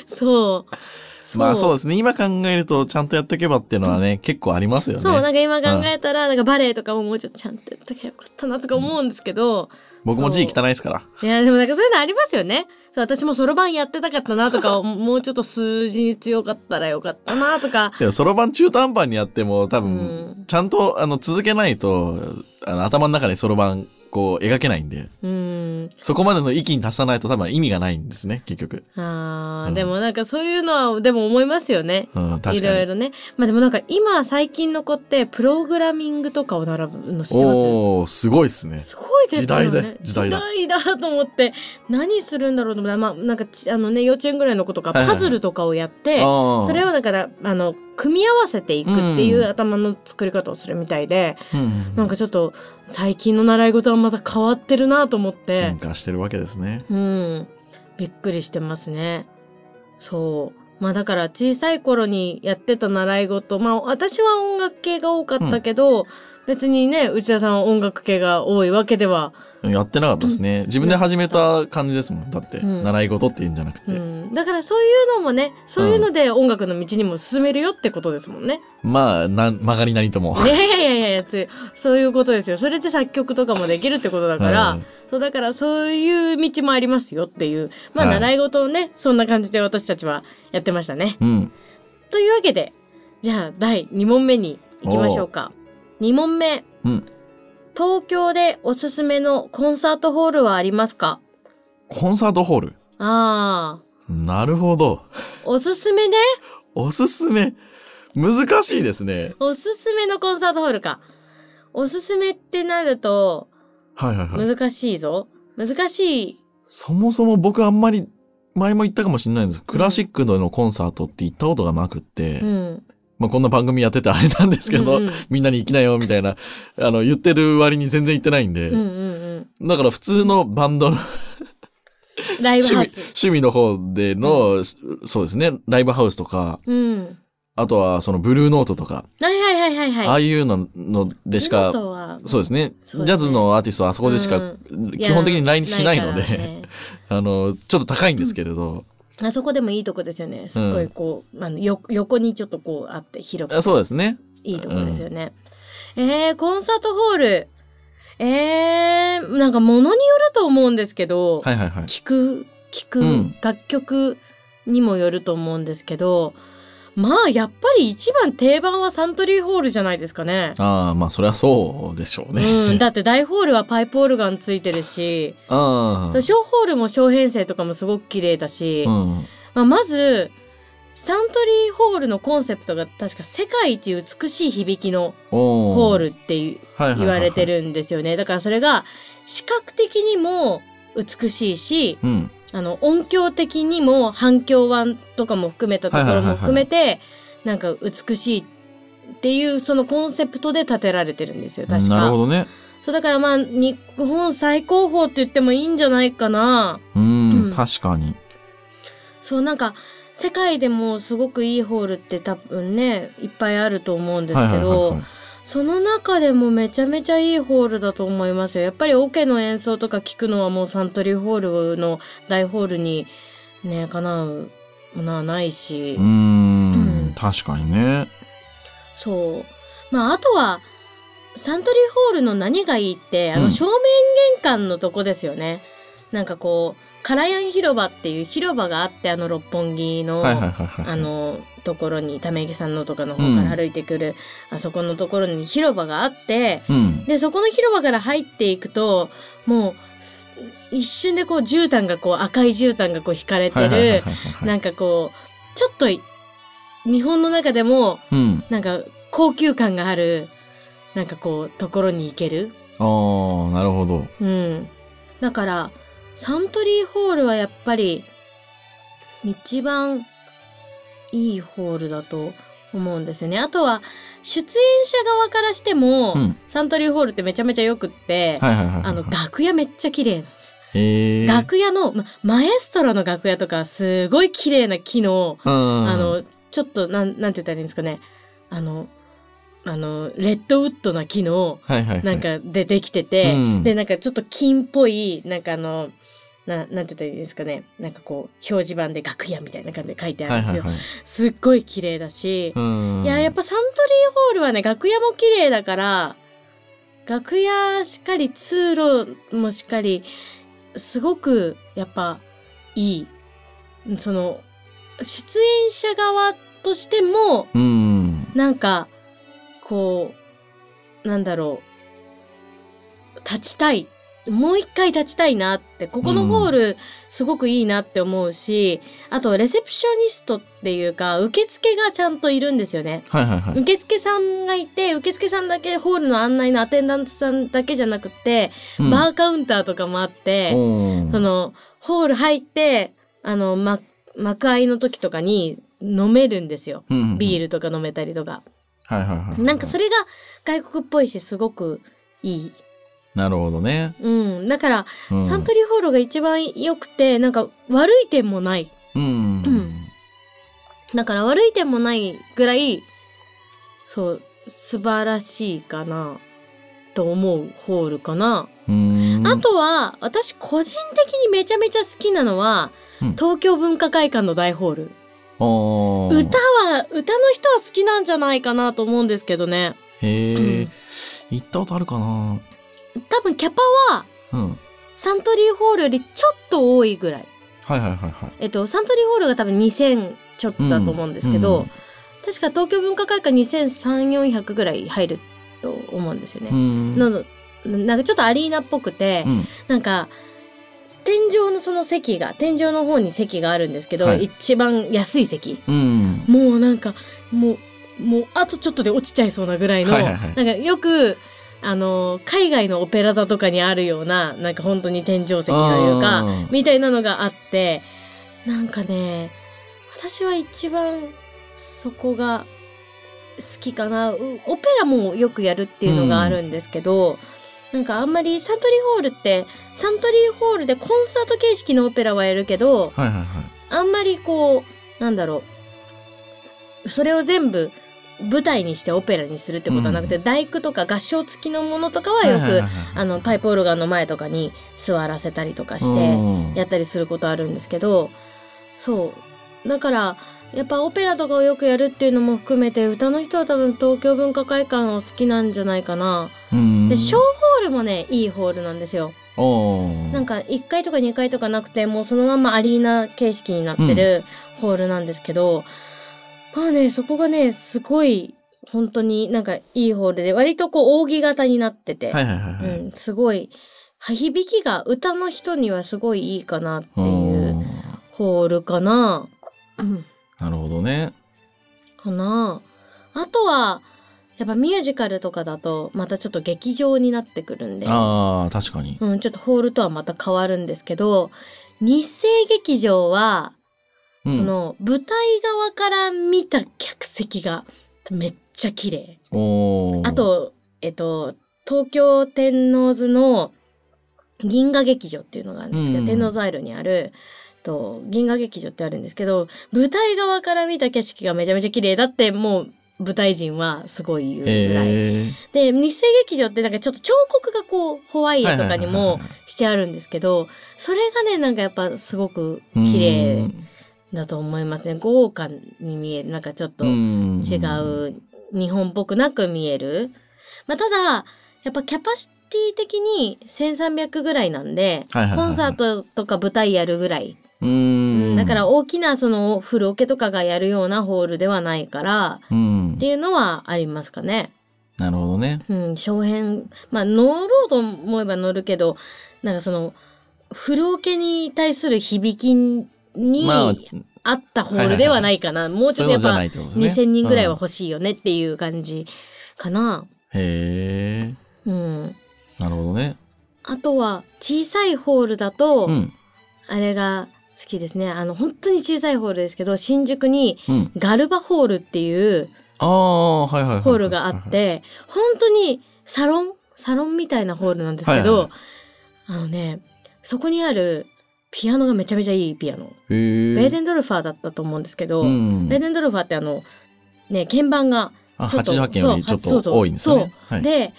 [SPEAKER 2] そうそう
[SPEAKER 3] まあそうですね。今考えるとちゃんとやっておけばっていうのはね、結構ありますよね。
[SPEAKER 2] そうなんか今考えたらなんかバレエとかももうちょっとちゃんとやっときゃよかったなとか思うんですけど、
[SPEAKER 3] 僕も字汚いですから。
[SPEAKER 2] いやでもなんかそういうのありますよねそう私もそろばんやってたかったなとかもうちょっと数字に強かったらよかったなとか
[SPEAKER 3] でもそろばん中途半端にやっても多
[SPEAKER 2] う
[SPEAKER 3] 分
[SPEAKER 2] ん
[SPEAKER 3] ちゃんとあの続けないとあの頭の中でそろばんこう描けないんで
[SPEAKER 2] うん
[SPEAKER 3] そこまでの域に達さないと多分意味がないんですね結局、
[SPEAKER 2] あー、
[SPEAKER 3] うん
[SPEAKER 2] でもなんかそういうのはでも思いますよね
[SPEAKER 3] うん、確かに
[SPEAKER 2] いろいろねまあでもなんか今最近の子ってプログラミングとかを習うの知ってます
[SPEAKER 3] おおーすごいっすね
[SPEAKER 2] すごいですよね
[SPEAKER 3] 時代だ時代だ
[SPEAKER 2] 時代だと思って何するんだろうと思ったらまあなんかちあのね幼稚園ぐらいの子とか
[SPEAKER 3] はいはいは
[SPEAKER 2] パ
[SPEAKER 3] い
[SPEAKER 2] ズルとかをやって、
[SPEAKER 3] そ
[SPEAKER 2] それを、だからあの組み合わせていくっていううん頭の作り方をするみたいで、
[SPEAKER 3] うん
[SPEAKER 2] なんかちょっと最近の習い事はまた変わってるなと思って
[SPEAKER 3] 進、化してるわけですね
[SPEAKER 2] うん、びっくりしてますね。そうまあだから小さい頃にやってた習い事まあ私は音楽系が多かったけど、別にね内田さんは音楽系が多いわけでは、
[SPEAKER 3] やってなかったですね自分で始めた感じですもんだって、
[SPEAKER 2] うん
[SPEAKER 3] 習い事っていうんじゃなくて、
[SPEAKER 2] うん、だからそういうのもねそういうので音楽の道にも進めるよってことですもんね。
[SPEAKER 3] まあなん曲がりなりとも、
[SPEAKER 2] いやいやいやいやってそういうことですよそれで作曲とかもできるってことだから
[SPEAKER 3] うん
[SPEAKER 2] そうだからそういう道もありますよっていうまあ
[SPEAKER 3] はい
[SPEAKER 2] 習い事をね、そんな感じで私たちはやってましたね。
[SPEAKER 3] うん
[SPEAKER 2] というわけでじゃあ第2問目に行きましょうか。2問目、
[SPEAKER 3] うん
[SPEAKER 2] 東京でおすすめのコンサートホールはありますか
[SPEAKER 3] コンサートホール
[SPEAKER 2] あ
[SPEAKER 3] なるほど
[SPEAKER 2] ーおすすめね
[SPEAKER 3] おすすめ難しいですね
[SPEAKER 2] おすすめのコンサートホールか。おすすめってなると
[SPEAKER 3] はいはいはい
[SPEAKER 2] 難しいぞ。難しい
[SPEAKER 3] そもそも僕あんまり前も言ったかもしれないんですけどクラシックのコンサートって行ったことがなくって、
[SPEAKER 2] うん、
[SPEAKER 3] まあ、こんな番組やっててあれなんですけど、
[SPEAKER 2] うんうん
[SPEAKER 3] みんなに行きなよみたいなあの言ってる割に全然行ってないんで、
[SPEAKER 2] うんうん
[SPEAKER 3] だから普通のバンド
[SPEAKER 2] う
[SPEAKER 3] の
[SPEAKER 2] ん。ライブ
[SPEAKER 3] 趣味
[SPEAKER 2] ハウス。
[SPEAKER 3] 趣味の方での、そうですねライブハウスとか
[SPEAKER 2] うん。
[SPEAKER 3] あとはそのブルーノートとか、
[SPEAKER 2] はいはいはいはいはい。
[SPEAKER 3] ああいうののでし
[SPEAKER 2] リモー
[SPEAKER 3] か
[SPEAKER 2] トは
[SPEAKER 3] そうです
[SPEAKER 2] そ
[SPEAKER 3] ね
[SPEAKER 2] うですね
[SPEAKER 3] ジャズのアーティストはあそこでしか、
[SPEAKER 2] う
[SPEAKER 3] 基本的に来日しないので
[SPEAKER 2] からね
[SPEAKER 3] あのちょっと高いんですけれど、
[SPEAKER 2] あそこでもいいとこですよね。すっごいこう、あのよ横にちょっとこうあって広く
[SPEAKER 3] あそうですね
[SPEAKER 2] いいとこですよね。えー、コンサートホール。えー、なんかものによると思うんですけど、
[SPEAKER 3] はいはいはい
[SPEAKER 2] 聞く聞く、
[SPEAKER 3] うん
[SPEAKER 2] 楽曲にもよると思うんですけど、まあやっぱり一番定番はサントリーホールじゃないですかね。
[SPEAKER 3] ああまあそりゃそうでしょうね、
[SPEAKER 2] うん、だって大ホールはパイプオルガンついてるし
[SPEAKER 3] ああ
[SPEAKER 2] 小ホールも小編成とかもすごく綺麗だし、
[SPEAKER 3] うん
[SPEAKER 2] まあ、まずサントリーホールのコンセプトが確か世界一美しい響きのホ
[SPEAKER 3] ホ
[SPEAKER 2] ールっていう言われて。るんですよね。だからそれが視覚的にも美しいし、
[SPEAKER 3] うん。
[SPEAKER 2] あの音響的にも反響板とかも含めたところも含めて、なんか美しいっていうそのコンセプトで建てられてるんですよ。確
[SPEAKER 3] なるほ
[SPEAKER 2] か。
[SPEAKER 3] どね。
[SPEAKER 2] そうだからまあ日本最高峰って言ってもいいんじゃないかな。
[SPEAKER 3] うん、
[SPEAKER 2] うん
[SPEAKER 3] 確かに。
[SPEAKER 2] そうなんか世界でもすごくいいホールって多分ねいっぱいあると思うんですけど、
[SPEAKER 3] い
[SPEAKER 2] その中でもめちゃめちゃいいホールだと思いますよやっぱりオ、ケの演奏とか聞くのはもうサントリーホールの大ホールにねかなうものはないし、
[SPEAKER 3] うー
[SPEAKER 2] う
[SPEAKER 3] ん、
[SPEAKER 2] ん
[SPEAKER 3] ん、確かにね。
[SPEAKER 2] そうまああとはサントリーホールの何がいいってあ
[SPEAKER 3] う
[SPEAKER 2] の
[SPEAKER 3] ん
[SPEAKER 2] 正面玄関のとこですよね、なんかこうカラヤン広場っていう広場があってあの六本木の、
[SPEAKER 3] はいはいはいはい。
[SPEAKER 2] あ、のところにため池さんのとかの方から歩いてくる、あそこのところに広場があって
[SPEAKER 3] うん。
[SPEAKER 2] でそこの広場から入っていくともうす一瞬でこう絨毯がこう赤い絨毯がこう引かれてる、
[SPEAKER 3] はいはいはいはいはい
[SPEAKER 2] なんかこうちょっとい日本の中でも
[SPEAKER 3] うん。
[SPEAKER 2] なんか高級感があるなんかこうところに行ける。
[SPEAKER 3] ああ、なるほど。
[SPEAKER 2] うん、だからサントリーホールはやっぱり一番いいホールだと思うんですよね。あとは出演者側からしても、
[SPEAKER 3] うん
[SPEAKER 2] サントリーホールってめちゃめちゃよくって、
[SPEAKER 3] はいはいはいはい。
[SPEAKER 2] あの楽屋めっちゃ綺麗なんです。
[SPEAKER 3] へえ。
[SPEAKER 2] 楽屋の、ま、マエストロの楽屋とかすごい綺麗な木の、
[SPEAKER 3] うん。
[SPEAKER 2] あのちょっとなんなんて言ったらいいんですかねあのあのレッドウッドな木の
[SPEAKER 3] はいはいはい。
[SPEAKER 2] なん、かでできてて、
[SPEAKER 3] うん
[SPEAKER 2] でなんかちょっと金っぽいなんかあのななんて言ったらいいんですかねなんかこう表示板で楽屋みたいな感じで書いてあ
[SPEAKER 3] は
[SPEAKER 2] る
[SPEAKER 3] い
[SPEAKER 2] んです
[SPEAKER 3] はい
[SPEAKER 2] よ、
[SPEAKER 3] はい。
[SPEAKER 2] すっごい綺麗だし、
[SPEAKER 3] うん。
[SPEAKER 2] いややっぱサントリーホールはね楽屋も綺麗だから楽屋しっかり通路もしっかりすごくやっぱいいその出演者側としても
[SPEAKER 3] うん。
[SPEAKER 2] なんかこうなんだろう立ちたいもう一回立ちたいなってここのホールすごくいいなって思うし、あとレセプショニストっていうか受付がちゃんといるんですよね。
[SPEAKER 3] はいはいはい。
[SPEAKER 2] 受付さんがいて受付さんだけホールの案内のアテンダントさんだけじゃなくて、バーカウンターとかもあって、
[SPEAKER 3] うん
[SPEAKER 2] そのホール入ってあの、ま、幕開の時とかに飲めるんですよビー
[SPEAKER 3] ル。
[SPEAKER 2] ルとか飲めたりとか
[SPEAKER 3] はいはいはい。
[SPEAKER 2] なんかそ
[SPEAKER 3] れ。
[SPEAKER 2] れが外国っぽいしすごくいい。
[SPEAKER 3] なるほどね。
[SPEAKER 2] うん、だから、
[SPEAKER 3] うん
[SPEAKER 2] サントリーホールが一番良くてなんか悪い点もない
[SPEAKER 3] うん。
[SPEAKER 2] うんだから悪い点もないぐらいそう素晴らしいかなと思うホールかな、
[SPEAKER 3] うん。
[SPEAKER 2] あとは私個人的にめちゃめちゃ好きなのは、
[SPEAKER 3] うん
[SPEAKER 2] 東京文化会館の大ホール
[SPEAKER 3] おー
[SPEAKER 2] 歌は歌の人は好きなんじゃないかなと思うんですけどね
[SPEAKER 3] へ
[SPEAKER 2] う
[SPEAKER 3] え
[SPEAKER 2] ん。
[SPEAKER 3] 行ったことあるかな
[SPEAKER 2] 多分キャパは
[SPEAKER 3] うん。
[SPEAKER 2] サントリーホールよりちょっと多いぐらい
[SPEAKER 3] はいはいはいはい。
[SPEAKER 2] えっと、サントリーホールが多分2000ちょっとだと思うんですけど、
[SPEAKER 3] うん
[SPEAKER 2] 確か東京文化会館2300400ぐらい入ると思うんですよ
[SPEAKER 3] う
[SPEAKER 2] ね。
[SPEAKER 3] ん。
[SPEAKER 2] なのなんかちょっとアリーナっぽくて、
[SPEAKER 3] うん。
[SPEAKER 2] なんか天井のその席が天井の方に席があるんですけど、
[SPEAKER 3] はい
[SPEAKER 2] 一番安い席
[SPEAKER 3] うん。
[SPEAKER 2] もうなんかもうもうあとちょっとで落ちちゃいそうなぐらいの、
[SPEAKER 3] はいはいはい
[SPEAKER 2] なんかよくあの海外のオペラ座とかにあるようななんか本当に天井席というか
[SPEAKER 3] あー
[SPEAKER 2] みたいなのがあってなんかね私は一番そこが好きかなうオペラもよくやるっていうのがあるんですけど、なんかあんまりサントリーホールってサントリーホールでコンサート形式のオペラはやるけど
[SPEAKER 3] はいはいはい。
[SPEAKER 2] あんまりこうなんだろうそれを全部舞台にしてオペラにするってことはなくて、
[SPEAKER 3] う
[SPEAKER 2] 大工とか合唱付きのものとかはよく、
[SPEAKER 3] はいはいはいはい
[SPEAKER 2] あのパイプオルガンの前とかに座らせたりとかして。
[SPEAKER 3] うん
[SPEAKER 2] やったりすることあるんですけどそうだからやっぱオペラとかをよくやるっていうのも含めて歌の人は多分東京文化会館を好きなんじゃないかな、
[SPEAKER 3] うん
[SPEAKER 2] で小ホールもねいいホールなんですよ
[SPEAKER 3] お
[SPEAKER 2] なんか1階とか2階とかなくてもうそのままアリーナ形式になってるホールなんですけど、まあねそこがねすごい本当になんかいいホールで割とこう扇形になってて、
[SPEAKER 3] はいはいはいはい。
[SPEAKER 2] うん、すごい響きが歌の人にはすごいいいかなっていう
[SPEAKER 3] うん
[SPEAKER 2] ホールかな。うん
[SPEAKER 3] なるほどね。
[SPEAKER 2] かなあとはやっぱミュージカルとかだとまたちょっと劇場になってくるんで、
[SPEAKER 3] ああ、確かに。
[SPEAKER 2] うん、ちょっとホールとはまた変わるんですけど日生劇場は、
[SPEAKER 3] うん、
[SPEAKER 2] その舞台側から見た客席がめっちゃ綺麗
[SPEAKER 3] おー
[SPEAKER 2] あ、とえっと東京天王洲の銀河劇場っていうのがあるんですけど、
[SPEAKER 3] うん
[SPEAKER 2] 天王洲アイルにあると銀河劇場ってあるんですけど舞台側から見た景色がめちゃめちゃ綺麗だってもう舞台人はすごい言うぐらい、
[SPEAKER 3] え
[SPEAKER 2] で日生劇場ってなんかちょっと彫刻がこうホワイ
[SPEAKER 3] ー、
[SPEAKER 2] エとかにもしてあるんですけどそれがねなんかやっぱすごく綺麗だと思いますね豪華に見えるなんかちょっと違
[SPEAKER 3] 違。
[SPEAKER 2] う日本っぽくなく見える、まあ、ただやっぱキャパシティ的に1300ぐらいなんで、
[SPEAKER 3] はいはいはいはい
[SPEAKER 2] コンサートとか舞台やるぐらい、
[SPEAKER 3] うん。
[SPEAKER 2] だから、大きなそのフルオケとかがやるようなホールではないから
[SPEAKER 3] うん
[SPEAKER 2] って。いうのはありますかね。
[SPEAKER 3] なるほどね。
[SPEAKER 2] うん、小編まあ乗ろうと思えば乗るけどなんかそのフルオケに対する響きに
[SPEAKER 3] まあ、
[SPEAKER 2] あったホールではないかな、もうち
[SPEAKER 3] そ
[SPEAKER 2] ょ
[SPEAKER 3] う
[SPEAKER 2] っとや
[SPEAKER 3] いうの
[SPEAKER 2] っ
[SPEAKER 3] じゃ
[SPEAKER 2] ぱ
[SPEAKER 3] ないってことですね。
[SPEAKER 2] 2000人ぐらいは
[SPEAKER 3] うん
[SPEAKER 2] 欲しいよねっていう感じかな。
[SPEAKER 3] へえ。
[SPEAKER 2] うん。
[SPEAKER 3] なるほどね。
[SPEAKER 2] あとは小さいホールだと、
[SPEAKER 3] うん。
[SPEAKER 2] あれが好きですね。あの本当に小さいホールですけど新宿に
[SPEAKER 3] うん。
[SPEAKER 2] ガルバホールっていう
[SPEAKER 3] ああ、はいはいはいはい。
[SPEAKER 2] ホールがあって本当にサロンサロンみたいなホールなんですけど、
[SPEAKER 3] はいは
[SPEAKER 2] あのねそこにあるピアノがめちゃめちゃいいピアノ。
[SPEAKER 3] へー。
[SPEAKER 2] ベーデンドルファーだったと思うんですけど、
[SPEAKER 3] うん
[SPEAKER 2] ベーデンドルファーってあのね鍵盤が
[SPEAKER 3] あ
[SPEAKER 2] ちょっと
[SPEAKER 3] 88件よりちょっ
[SPEAKER 2] そうそう
[SPEAKER 3] と多いんですよね。はい
[SPEAKER 2] で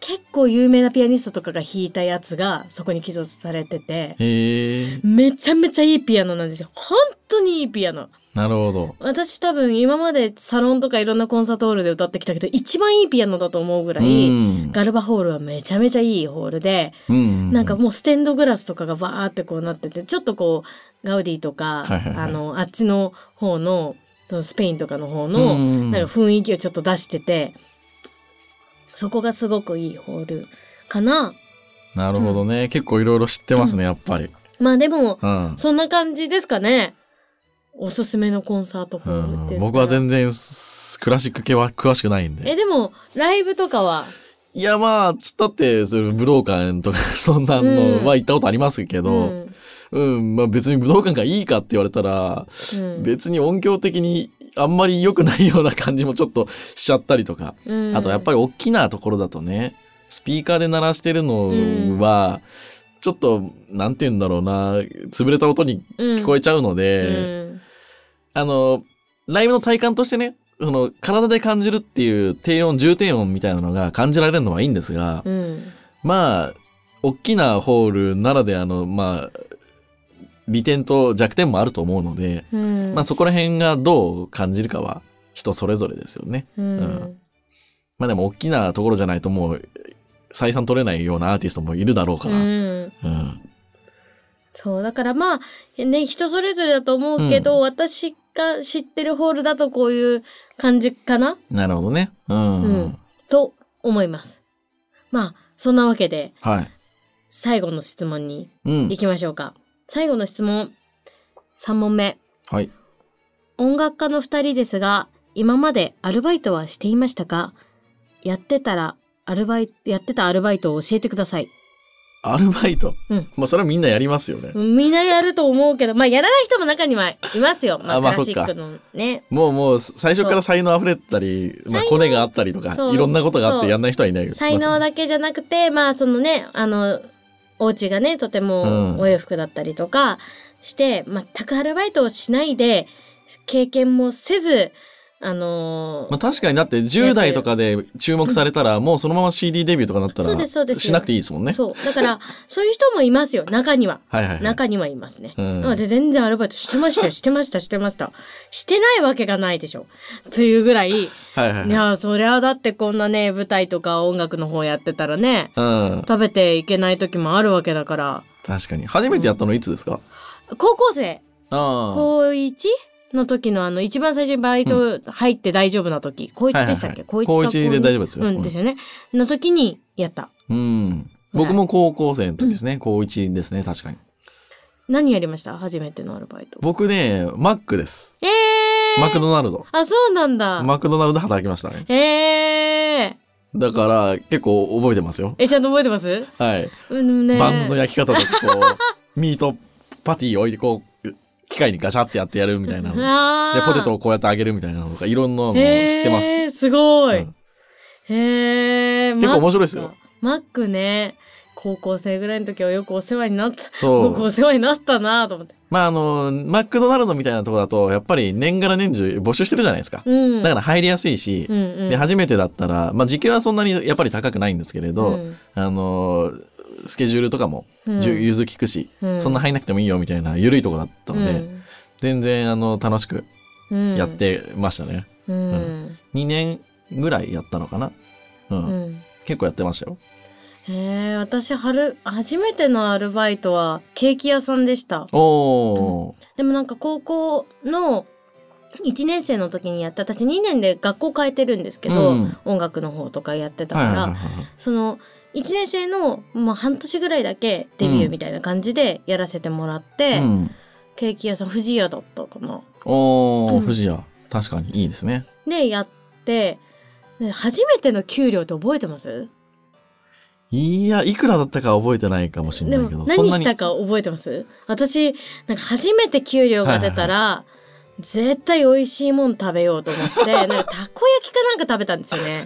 [SPEAKER 2] 結構有名なピアニストとかが弾いたやつがそこに寄贈されてて
[SPEAKER 3] へえ。
[SPEAKER 2] めちゃめちゃいいピアノなんですよ本当にいいピアノ
[SPEAKER 3] なるほど。
[SPEAKER 2] 私多分今までサロンとかいろんなコンサートホールで歌ってきたけど一番いいピアノだと思うぐらい、
[SPEAKER 3] うん
[SPEAKER 2] ガルバホールはめちゃめちゃいいホールで、
[SPEAKER 3] うん
[SPEAKER 2] なんかもうステンドグラスとかがバーってこうなっててちょっとこうガウディとか、
[SPEAKER 3] はいはいはい
[SPEAKER 2] あのあっちの方のそのスペインとかの方の、
[SPEAKER 3] の
[SPEAKER 2] なんか雰囲気をちょっと出してて、そこがすごくいいホールかな。
[SPEAKER 3] なるほどね。結構いろいろ知ってますね、やっぱり。
[SPEAKER 2] まあでも、
[SPEAKER 3] うん。
[SPEAKER 2] そんな感じですかね。おすすめのコンサートホールって言った
[SPEAKER 3] う
[SPEAKER 2] ら
[SPEAKER 3] ん、僕は全然すクラシック系は詳しくないん
[SPEAKER 2] え、
[SPEAKER 3] で。
[SPEAKER 2] でも、ライブとかは、
[SPEAKER 3] いや、まあ、つったって、それ武道館とか、 そんな
[SPEAKER 2] うん
[SPEAKER 3] のは行ったことありますけ
[SPEAKER 2] う
[SPEAKER 3] ど、
[SPEAKER 2] ん。
[SPEAKER 3] うん、まあ別に武道館がいいかって言われたら、
[SPEAKER 2] うん
[SPEAKER 3] 別に音響的にあんまり良くないような感じもちょっとしちゃったりとか、
[SPEAKER 2] うん
[SPEAKER 3] あとやっぱり大きなところだとね、スピーカーで鳴らしてるのは、ちょっと、なんて言うんだろうな、潰れた音に聞こえちゃうの
[SPEAKER 2] え
[SPEAKER 3] で、
[SPEAKER 2] うん
[SPEAKER 3] あの、ライブの体感としてね、その体で感じるっていう低音、重低音みたいなのが感じられるのはいいんですが、
[SPEAKER 2] うん
[SPEAKER 3] まあ、大きなホールならであの、まあ、利点と弱点もあると思うので、
[SPEAKER 2] うん
[SPEAKER 3] まあそこら辺がどう感じるかは人それぞれですよね。
[SPEAKER 2] うん
[SPEAKER 3] うんまあでも大きなところじゃないともう採算取れないようなアーティストもいるだろうか
[SPEAKER 2] う
[SPEAKER 3] ら。
[SPEAKER 2] ん
[SPEAKER 3] うん。
[SPEAKER 2] そうだからまあね人それぞれだと思うけど、私が知ってるホールだとこういう感じかな
[SPEAKER 3] なるほどね。うん。
[SPEAKER 2] うんと思います。まあそんなわけで
[SPEAKER 3] はい。
[SPEAKER 2] 最後の質問に
[SPEAKER 3] うん
[SPEAKER 2] 行。きましょうか。最後の質問3問目
[SPEAKER 3] はい。
[SPEAKER 2] 音楽家の2人ですが今までアルバイトはしていましたかやってたらアルバイトやってたアルバイトを教えてください。
[SPEAKER 3] アルバイト。
[SPEAKER 2] うん
[SPEAKER 3] まあそれはみんなやりますよね。
[SPEAKER 2] みんなやると思うけどまあやらない人も中にはいますよ。まあ、
[SPEAKER 3] あまあ
[SPEAKER 2] クラシックのね。
[SPEAKER 3] もうもう最初から才能溢れたり、まあ、
[SPEAKER 2] 才能
[SPEAKER 3] コネがあったりとか
[SPEAKER 2] そう
[SPEAKER 3] いろんなことがあっ
[SPEAKER 2] そう
[SPEAKER 3] てやんない人はいない
[SPEAKER 2] 才能
[SPEAKER 3] だ
[SPEAKER 2] だけじゃなくてまあそのねあのお家がねとて
[SPEAKER 3] う
[SPEAKER 2] も
[SPEAKER 3] ん
[SPEAKER 2] お洋服だったりとかして、全くアルバイトをしないで経験もせずあのー
[SPEAKER 3] まあ、確かにだって10代とかで注目されたらもうそのまま CD デビューとかなった
[SPEAKER 2] そうですそうで
[SPEAKER 3] ら
[SPEAKER 2] す
[SPEAKER 3] しなくていいですもんね。
[SPEAKER 2] そうだからそういう人もいますよ中には
[SPEAKER 3] はいはい、はい。
[SPEAKER 2] 中にはいますね。
[SPEAKER 3] うん
[SPEAKER 2] なので全然アルバイトしてま したよしてましたしてましたしてないわけがないでしょというぐらいい
[SPEAKER 3] はいはいはい。
[SPEAKER 2] やそりゃだってこんなね舞台とか音楽の方やってたらね
[SPEAKER 3] うん、
[SPEAKER 2] 食べていけない時もあるわけだから
[SPEAKER 3] 確かに初めてやったのいつですか、
[SPEAKER 2] 高校生
[SPEAKER 3] あ
[SPEAKER 2] 高一の時のあの一番最初にバイト入って大丈夫な時、高一でしたっけ、
[SPEAKER 3] はいはいはい
[SPEAKER 2] 高一か
[SPEAKER 3] 高一で大丈夫ですよ
[SPEAKER 2] う
[SPEAKER 3] うんん
[SPEAKER 2] ですよね、の時にやった
[SPEAKER 3] あうん僕も高校生の時ですね、高1ですね確かに
[SPEAKER 2] 何やりました初めてのアルバイト。
[SPEAKER 3] 僕ね、マックです。
[SPEAKER 2] えー、
[SPEAKER 3] マクドナルド。
[SPEAKER 2] あ、そうなんだ。
[SPEAKER 3] マクドナルド働きましたね。
[SPEAKER 2] えー、
[SPEAKER 3] だから、結構覚えてますよ。
[SPEAKER 2] え、ちゃんと覚えてます
[SPEAKER 3] はい。
[SPEAKER 2] うんね。
[SPEAKER 3] バンズの焼き方とかこ うミートパティを置いてこう機械にガシャってやってやるみたいなので
[SPEAKER 2] あー
[SPEAKER 3] ポテトをこうやって揚げるみたいなのとかいろんなのを知
[SPEAKER 2] へー
[SPEAKER 3] ってます、
[SPEAKER 2] すごい。
[SPEAKER 3] うん
[SPEAKER 2] へえ。
[SPEAKER 3] 結構面白いですよ
[SPEAKER 2] マック。マックね、高校生ぐらいの時はよくお世話になった。
[SPEAKER 3] そ
[SPEAKER 2] 僕お
[SPEAKER 3] う
[SPEAKER 2] 世話になったなと思って。
[SPEAKER 3] まああのマクドナルドみたいなとこだとやっぱり年がら年中募集してるじゃないですか、
[SPEAKER 2] うん。、
[SPEAKER 3] だからら入りやすいし、
[SPEAKER 2] うんうん、
[SPEAKER 3] で初めてだったら、まあ、時給はそんなにやっぱり高くないんですけれど、
[SPEAKER 2] うん
[SPEAKER 3] あのスケジュールとかも
[SPEAKER 2] うん
[SPEAKER 3] じゅ融通きくし、
[SPEAKER 2] うん
[SPEAKER 3] そんな入んなくてもいいよみたいな緩いとこだったので、全然あの楽しく
[SPEAKER 2] うん
[SPEAKER 3] やっ、てましたね、
[SPEAKER 2] うん
[SPEAKER 3] う
[SPEAKER 2] うん
[SPEAKER 3] 2年ぐらいやったのかな、うん
[SPEAKER 2] うん
[SPEAKER 3] 結構やってましたよ
[SPEAKER 2] へえ私春初めてのアルバイトはケーキ屋さんでした
[SPEAKER 3] おー、
[SPEAKER 2] でもなんか高校の1年生の時にやって私2年で学校変えてるんですけど、
[SPEAKER 3] うん
[SPEAKER 2] 音楽の方とかやってた
[SPEAKER 3] は
[SPEAKER 2] か
[SPEAKER 3] いはい
[SPEAKER 2] ら、
[SPEAKER 3] はいはい
[SPEAKER 2] その1年生の、まあ、半年ぐらいだけデビューみたいな感じでやらせてもらって、
[SPEAKER 3] うん、
[SPEAKER 2] ケーキ屋さん不二家だったかな
[SPEAKER 3] おー、
[SPEAKER 2] うん
[SPEAKER 3] 藤谷確かにいいですね
[SPEAKER 2] でやってで初めての給料って覚えてます
[SPEAKER 3] いやいくらだったか覚えてないかもしれ
[SPEAKER 2] で
[SPEAKER 3] ないけど
[SPEAKER 2] も何
[SPEAKER 3] そん
[SPEAKER 2] し
[SPEAKER 3] な
[SPEAKER 2] た
[SPEAKER 3] に
[SPEAKER 2] か覚えてます私なんか初めて給料が出たら、絶対美味しいもん食べようと思 ってなんかたこ焼きかなんか食べたんですよね。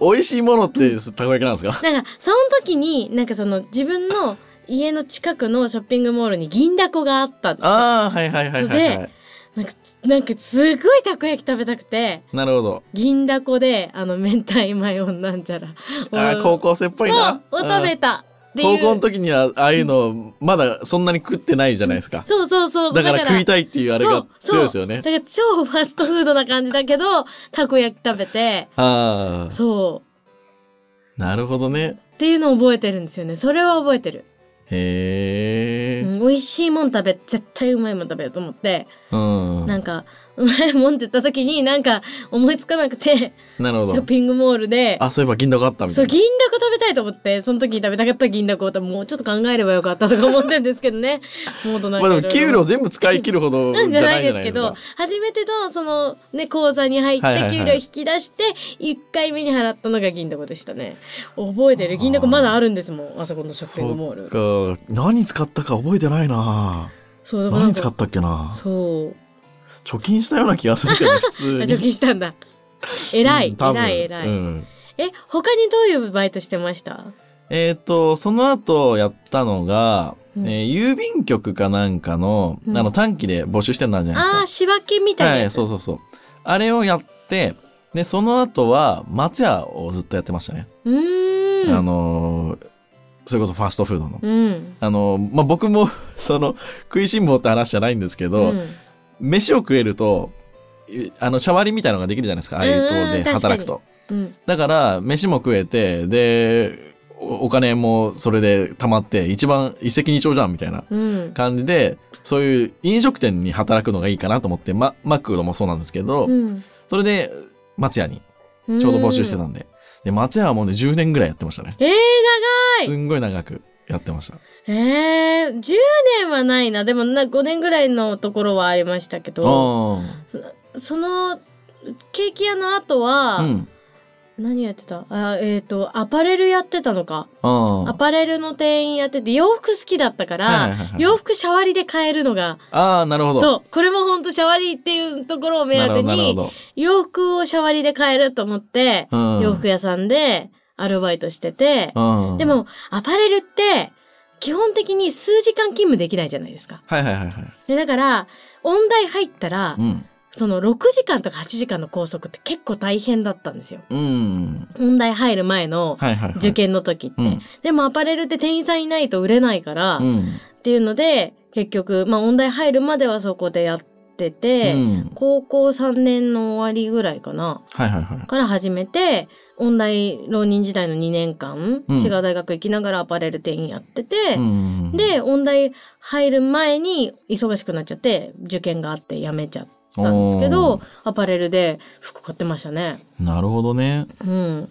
[SPEAKER 3] 美味しいものってたこ焼きなんですか
[SPEAKER 2] なんか その時になんかその自分の家の近くのショッピングモールに銀だこがあったんですよ。
[SPEAKER 3] ああはいはいはいはい、はい、
[SPEAKER 2] なんかなんかすごいたこ焼き食べたくて
[SPEAKER 3] なるほど
[SPEAKER 2] 銀だこであの明太マヨなんちゃら
[SPEAKER 3] あー高校生っぽいな
[SPEAKER 2] そうを食べ
[SPEAKER 3] うん
[SPEAKER 2] たっていう、
[SPEAKER 3] 高校の時にはああいうのまだそんなに食ってないじゃないですか、
[SPEAKER 2] そうそうそうそう
[SPEAKER 3] だから食い
[SPEAKER 2] い
[SPEAKER 3] たいっていうあれが強いですよね
[SPEAKER 2] だから超ファストフードな感じだけどたこ焼き食べて
[SPEAKER 3] ああ
[SPEAKER 2] そ
[SPEAKER 3] なるほどね
[SPEAKER 2] うっていうのを覚えてるんですよねそれは覚えてる、
[SPEAKER 3] へ
[SPEAKER 2] う
[SPEAKER 3] え、
[SPEAKER 2] ん、美味しいもん食べ絶対うまいもん食べようと思って
[SPEAKER 3] うん、
[SPEAKER 2] なんかうまいもんって言った時になんか思いつかなくてシ
[SPEAKER 3] なるほ
[SPEAKER 2] ョッ
[SPEAKER 3] ど。
[SPEAKER 2] ピングモールで
[SPEAKER 3] あ、そういえば銀だこあったみた
[SPEAKER 2] そう
[SPEAKER 3] いな。
[SPEAKER 2] 銀だこ食べたいと思ってその時に食べたかった銀だこをもうちょっと考えればよかったとか思ってるんですけどねもう大人
[SPEAKER 3] まあでも給料全部使い切るほどじ
[SPEAKER 2] な
[SPEAKER 3] ゃ
[SPEAKER 2] んじゃ
[SPEAKER 3] な
[SPEAKER 2] ないい
[SPEAKER 3] じゃ
[SPEAKER 2] で
[SPEAKER 3] な
[SPEAKER 2] すけ
[SPEAKER 3] いです
[SPEAKER 2] ど
[SPEAKER 3] か。
[SPEAKER 2] 初めてのそのね口座に入っ
[SPEAKER 3] はいはいは
[SPEAKER 2] て
[SPEAKER 3] い
[SPEAKER 2] 給料引き出して1回目に払ったのが銀だこでしたね覚えてる銀だこまだあるんですもんあそこのショッピングモールそう
[SPEAKER 3] そっか。何使ったか覚えてないな。
[SPEAKER 2] だからな
[SPEAKER 3] 何
[SPEAKER 2] ん
[SPEAKER 3] 使
[SPEAKER 2] か
[SPEAKER 3] ったっけな。
[SPEAKER 2] そう
[SPEAKER 3] 貯金したような気がするけど、普
[SPEAKER 2] あ
[SPEAKER 3] 通に。
[SPEAKER 2] 貯金したん だ偉い
[SPEAKER 3] うん多分
[SPEAKER 2] 偉い偉い、
[SPEAKER 3] うん
[SPEAKER 2] え他にどういうバイトしてました
[SPEAKER 3] えっと、その後やったのが、え
[SPEAKER 2] うん
[SPEAKER 3] ー郵便局かなんかの、
[SPEAKER 2] う
[SPEAKER 3] あ
[SPEAKER 2] ん
[SPEAKER 3] の短期で募集してんなんじゃないですか
[SPEAKER 2] あ。あ仕分けみたいな
[SPEAKER 3] は
[SPEAKER 2] や
[SPEAKER 3] い、
[SPEAKER 2] つ
[SPEAKER 3] そうそうそう。あれをやって、で、その後は松屋をずっとやってましたね。
[SPEAKER 2] うーん
[SPEAKER 3] あのー、それこそファストフードの。
[SPEAKER 2] うん
[SPEAKER 3] あの、まあ、僕も、 その、食いしん坊って話じゃないんですけど、
[SPEAKER 2] うん
[SPEAKER 3] 飯を食えると、いあの、シャワリみたいのができるじゃないですか、ああいうとこ
[SPEAKER 2] うんうん
[SPEAKER 3] で働くと。
[SPEAKER 2] うん
[SPEAKER 3] だから、飯も食えて、で、おお金もそれで貯まって、一番一石二鳥じゃん、みたいな
[SPEAKER 2] うん
[SPEAKER 3] 感じで、そういう飲食店に働くのがいいかなと思って、ま、マックもそうなんですけど、
[SPEAKER 2] うん
[SPEAKER 3] それで、松屋に、ちょうど募集してたんで。で、松屋はもうね、10年ぐらいやってましたね。
[SPEAKER 2] えー、い
[SPEAKER 3] すんごい長くやってました。
[SPEAKER 2] えー、10年はないなでもな5年ぐらいのところはありましたけど
[SPEAKER 3] う
[SPEAKER 2] そのケーキ屋の後は、
[SPEAKER 3] ん。うん。
[SPEAKER 2] 何やってたあえっ、とアパレルやってたのか
[SPEAKER 3] あ
[SPEAKER 2] アパレルの店員やってて洋服好きだったから、
[SPEAKER 3] はいはいはいはい
[SPEAKER 2] 洋服シャワリで買えるのが
[SPEAKER 3] ああ、なるほど。
[SPEAKER 2] そうこれもほんとシャワリっていうところを目
[SPEAKER 3] なる
[SPEAKER 2] 当
[SPEAKER 3] ほど、
[SPEAKER 2] て
[SPEAKER 3] なるほ
[SPEAKER 2] に
[SPEAKER 3] ど。
[SPEAKER 2] 洋服をシャワリで買えると思って、
[SPEAKER 3] うん
[SPEAKER 2] 洋服屋さんでアルバイトしてて、
[SPEAKER 3] うん。
[SPEAKER 2] で、もアパレルって基本的に数時間勤務できないじゃないですか。
[SPEAKER 3] はいはいはいはい。
[SPEAKER 2] でだから音大入ったら、
[SPEAKER 3] うん。
[SPEAKER 2] その6時間とか8時間の拘束って結構大変だったんですよ。
[SPEAKER 3] うん。
[SPEAKER 2] 音大入る前の
[SPEAKER 3] はいはい、はい。
[SPEAKER 2] 受。験の時って、
[SPEAKER 3] うん。
[SPEAKER 2] でもアパレルって店員さんいないと売れないから、
[SPEAKER 3] う
[SPEAKER 2] っ
[SPEAKER 3] ん。
[SPEAKER 2] ていうので結局、まあ、音大入るまではそこでやってて、
[SPEAKER 3] うん。
[SPEAKER 2] 高校3年の終わりぐらいかな
[SPEAKER 3] はいはいはい。
[SPEAKER 2] から始めて音大浪人時代の2年間、
[SPEAKER 3] うん
[SPEAKER 2] 違う大学行きながらアパレル店員やってて、
[SPEAKER 3] うん、
[SPEAKER 2] で音大入る前に忙しくなっちゃって受験があって辞めちゃったんですけど
[SPEAKER 3] おー。
[SPEAKER 2] アパレルで服買ってましたね。
[SPEAKER 3] なるほどね。
[SPEAKER 2] うん、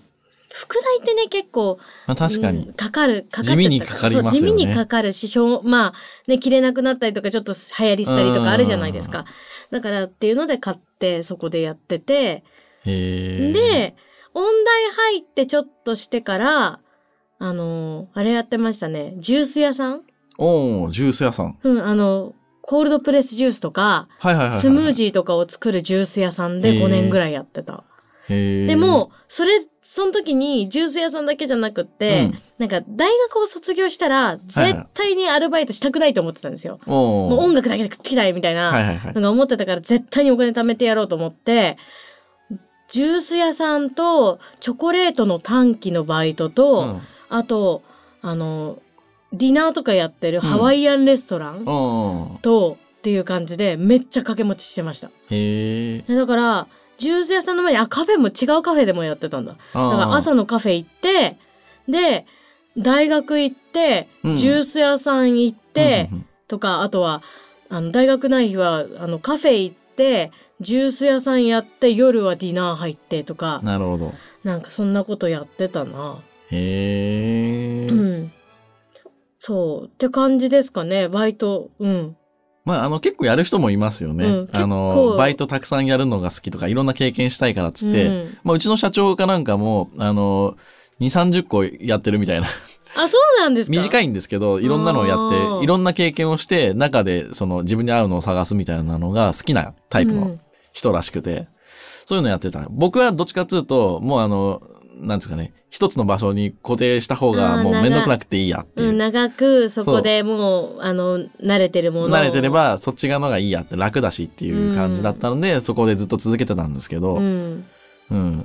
[SPEAKER 2] 副題ってね結構
[SPEAKER 3] まあ、確か
[SPEAKER 2] う
[SPEAKER 3] に
[SPEAKER 2] ん。かかるかかってた
[SPEAKER 3] 地味にかかりますよね
[SPEAKER 2] そう地味にかかるししょうまあね着れなくなったりとかちょっと流行りしたりとかあるじゃないですかだからっていうので買ってそこでやってて
[SPEAKER 3] へえ。、
[SPEAKER 2] で音大入ってちょっとしてからあのーあれやってましたねジュース屋さん、
[SPEAKER 3] おお、ジュース屋さん。
[SPEAKER 2] うん、あのコールドプレスジュースとか
[SPEAKER 3] はいはいはい、はい。
[SPEAKER 2] スムージーとかを作るジュース屋さんで5年ぐらいやってた。
[SPEAKER 3] へー
[SPEAKER 2] で、もそれその時にジュース屋さんだけじゃなくって、
[SPEAKER 3] うん
[SPEAKER 2] なんか大学を卒業したら絶対にアルバイトしたくないと思ってたんですよ。
[SPEAKER 3] おー
[SPEAKER 2] もう音楽だけで食ってきたいみたい
[SPEAKER 3] はい
[SPEAKER 2] な
[SPEAKER 3] はいはい
[SPEAKER 2] の。が思ってたから絶対にお金貯めてやろうと思ってジュース屋さんとチョコレートの短期のバイトと、
[SPEAKER 3] うん
[SPEAKER 2] あとあのディナーとかやってるハワイアンレストラン
[SPEAKER 3] おー
[SPEAKER 2] と、っていう感じでめっちゃ掛け持ちしてました。
[SPEAKER 3] へえ。
[SPEAKER 2] でだからジュース屋さんの前にあカフェも違うカフェでもやってたんだ。
[SPEAKER 3] だ
[SPEAKER 2] だから朝のカフェ行ってで大学行って、
[SPEAKER 3] うん
[SPEAKER 2] ジュース屋さん行って、とかあとはあの大学ない日はあのカフェ行ってジュース屋さんやって夜はディナー入ってとか
[SPEAKER 3] なるほど。
[SPEAKER 2] なんかそんなことやってたな。
[SPEAKER 3] へえ
[SPEAKER 2] う。んそうって感じですかねバイトうん
[SPEAKER 3] まあ、あの、結構やる人もいますよね。
[SPEAKER 2] うん
[SPEAKER 3] あ
[SPEAKER 2] 結
[SPEAKER 3] の、
[SPEAKER 2] 構
[SPEAKER 3] バイトたくさんやるのが好きとか、いろんな経験したいからっつって、
[SPEAKER 2] うん
[SPEAKER 3] まあ、うちの社長かなんかも、あの、2、30個やってるみたいな。
[SPEAKER 2] あそうなんですか
[SPEAKER 3] 短
[SPEAKER 2] い
[SPEAKER 3] いんですけど、いろんなのをや
[SPEAKER 2] あ
[SPEAKER 3] っ
[SPEAKER 2] ー
[SPEAKER 3] て、いろんな経験をして、中で、その、自分に合うのを探すみたいなのが好きなタイプの人らしくて、そういうのやってた。僕はどっちかっていうと、もうあの、なんですかね、一つの場所に固定した方
[SPEAKER 2] あー
[SPEAKER 3] が、もうめんどくなくていいやっていうう。
[SPEAKER 2] ん、長くそこでもうあの慣れてるものを
[SPEAKER 3] 慣れてれ、ばそっち側の方がいいやって楽だしっていう感じだったので、そこでずっと続けてたんですけど、う
[SPEAKER 2] うんん、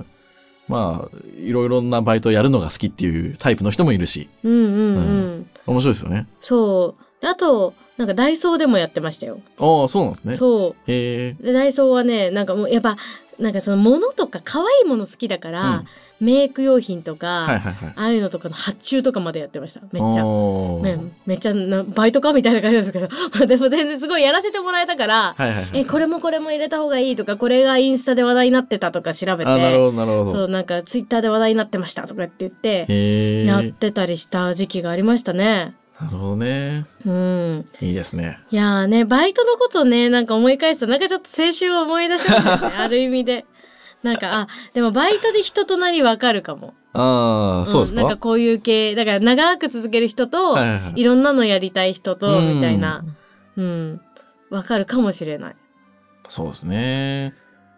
[SPEAKER 3] まあいろいろなバイトをやるのが好きっていうタイプの人もいるし
[SPEAKER 2] うんうんうん、
[SPEAKER 3] 面白いですよね。
[SPEAKER 2] そうであとなんかダイソーでもやってましたよ、
[SPEAKER 3] ああそうなんですね。
[SPEAKER 2] そ
[SPEAKER 3] へえ。
[SPEAKER 2] うでダイソーはねなんかもうやっぱなんかその物とか可愛いもの好きだから、メイク用品とか、
[SPEAKER 3] はいはいはい。
[SPEAKER 2] ああいうのとかの発注とかまでやってましためっちゃ。
[SPEAKER 3] おー
[SPEAKER 2] ねめっちゃなバイトかみたいな感じなんですけど まあでも全然すごいやらせてもらえたから、
[SPEAKER 3] はいはいはい。
[SPEAKER 2] えこれもこれも入れた方がいいとかこれがインスタで話題になってたとか調べて
[SPEAKER 3] あなるほどなるほ
[SPEAKER 2] そ
[SPEAKER 3] ど。
[SPEAKER 2] うなんかツイッターで話題になってましたとかって言って
[SPEAKER 3] へえ。
[SPEAKER 2] や
[SPEAKER 3] な
[SPEAKER 2] っ
[SPEAKER 3] る
[SPEAKER 2] てたりした時期がありましたね。
[SPEAKER 3] ほどね。
[SPEAKER 2] うん、
[SPEAKER 3] いいですね。
[SPEAKER 2] いやーねバイトのことねなんか思い返すとなんかちょっと青春を思い出します よねある意味で。なんかあでもバイトで人となりわかるかも。
[SPEAKER 3] ああそうです
[SPEAKER 2] ん、
[SPEAKER 3] か。
[SPEAKER 2] なんかこういう系だから長く続ける人と、
[SPEAKER 3] はい
[SPEAKER 2] い
[SPEAKER 3] はいはい
[SPEAKER 2] ろんなのやりたい人と
[SPEAKER 3] うん
[SPEAKER 2] みたいな、うん、わかるかもしれない。
[SPEAKER 3] そうですね。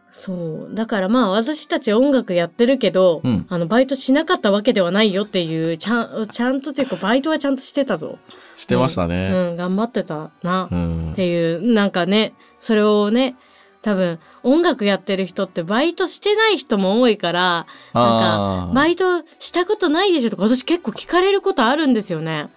[SPEAKER 2] そうだからまあ私たち音楽やってるけど、
[SPEAKER 3] うん
[SPEAKER 2] あのバイトしなかったわけではないよっていうちゃんちゃんとというかバイトはちゃんとしてたぞ、
[SPEAKER 3] してました
[SPEAKER 2] う
[SPEAKER 3] ね。
[SPEAKER 2] ん、頑張ってたな
[SPEAKER 3] う
[SPEAKER 2] っ
[SPEAKER 3] ん。
[SPEAKER 2] ていうなんかねそれをね多分音楽やってる人ってバイトしてない人も多いからなん
[SPEAKER 3] あ
[SPEAKER 2] か
[SPEAKER 3] ー
[SPEAKER 2] バイトしたことないでしょとか私結構聞かれることあるんですよね。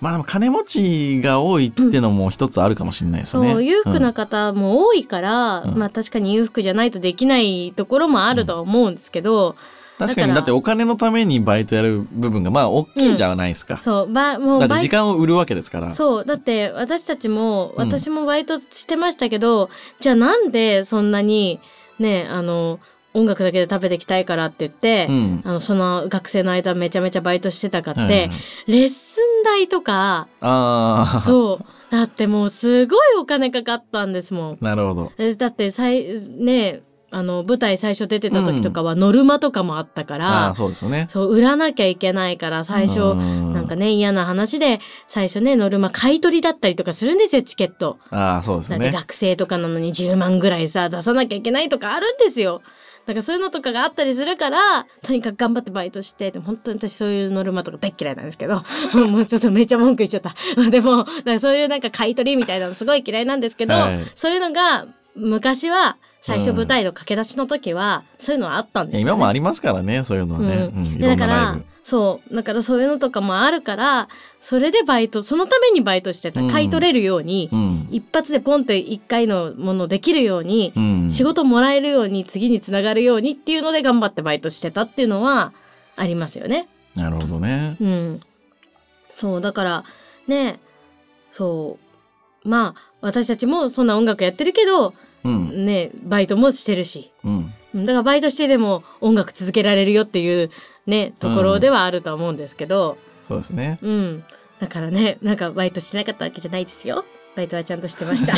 [SPEAKER 3] まあでも金持ちが多いってのも一つあるかもしれないです
[SPEAKER 2] そ
[SPEAKER 3] よ
[SPEAKER 2] う
[SPEAKER 3] ね。
[SPEAKER 2] 裕福な方も多いから、
[SPEAKER 3] うん
[SPEAKER 2] まあ確かに裕福じゃないとできないところもあるとは思うんですけど、
[SPEAKER 3] 確か
[SPEAKER 2] だ
[SPEAKER 3] に
[SPEAKER 2] から
[SPEAKER 3] だってお金のためにバイトやる部分がまあ大きいじゃないですか、
[SPEAKER 2] そうばもう
[SPEAKER 3] だって
[SPEAKER 2] バイ
[SPEAKER 3] 時
[SPEAKER 2] ト
[SPEAKER 3] 間を売るわけですから
[SPEAKER 2] そうだって私たちも
[SPEAKER 3] うん
[SPEAKER 2] 私もバイトしてましたけど、じゃあなんでそんなにねあの音楽だけで食べていきたいからって言って、
[SPEAKER 3] ん
[SPEAKER 2] あのその学生の間めちゃめちゃバイトしてたかって、
[SPEAKER 3] はいはいはい
[SPEAKER 2] レッスン代と か
[SPEAKER 3] ああ
[SPEAKER 2] そうだってもうすごいお金かかったんですもん。
[SPEAKER 3] なるほど
[SPEAKER 2] えだってさいねあの舞台最初出てた時とかはノルマとかもあったか
[SPEAKER 3] ああ
[SPEAKER 2] ら、
[SPEAKER 3] ーそうですよね
[SPEAKER 2] そう売らなきゃいけないから最初、
[SPEAKER 3] な
[SPEAKER 2] なんかね嫌な話で最初ねノルマ買い取りだったりとかするんですよチケット。
[SPEAKER 3] ああそうです
[SPEAKER 2] だって
[SPEAKER 3] ね
[SPEAKER 2] 学生とかなのに10万ぐらいさ出さなきゃいけないとかあるんですよ。なんかそういうのとかがあったりするからとにかく頑張ってバイトしてでも本当に私そういうノルマとか大っ嫌いなんですけど もうちょっとめっちゃ文句言っちゃった まあでもなんかそういうなんか買い取りみたいなのすごい嫌いなんですけど、
[SPEAKER 3] はい
[SPEAKER 2] そういうのが昔は最初
[SPEAKER 3] うん
[SPEAKER 2] 舞台の駆け出しの時はそういうのはあったん
[SPEAKER 3] い
[SPEAKER 2] で
[SPEAKER 3] や
[SPEAKER 2] すよ、ね
[SPEAKER 3] 今もありますからねそういうのはね、うん
[SPEAKER 2] うん、
[SPEAKER 3] い
[SPEAKER 2] で
[SPEAKER 3] ろ
[SPEAKER 2] だ
[SPEAKER 3] ん
[SPEAKER 2] か
[SPEAKER 3] なライ
[SPEAKER 2] ら
[SPEAKER 3] ブ
[SPEAKER 2] そうだからそういうのとかもあるからそれでバイトそのためにバイトしてた、
[SPEAKER 3] うん
[SPEAKER 2] 買い取れるように、
[SPEAKER 3] うん、
[SPEAKER 2] 一発でポンって一回のものできるように、
[SPEAKER 3] うん、
[SPEAKER 2] 仕事もらえるように次につながるようにっていうので頑張ってバイトしてたっていうのはありますよね。
[SPEAKER 3] なるほどね
[SPEAKER 2] うん、そうだからねそうまあ私たちもそんな音楽やってるけど
[SPEAKER 3] うん
[SPEAKER 2] ねバイトもしてるし
[SPEAKER 3] うん
[SPEAKER 2] うんだからバイトしてでも音楽続けられるよっていうね、ところではあると思うんですけど、
[SPEAKER 3] そうですね。
[SPEAKER 2] うん。だからね、なんかバイトしてなかったわけじゃないですよ。バイトはちゃんとしてま した。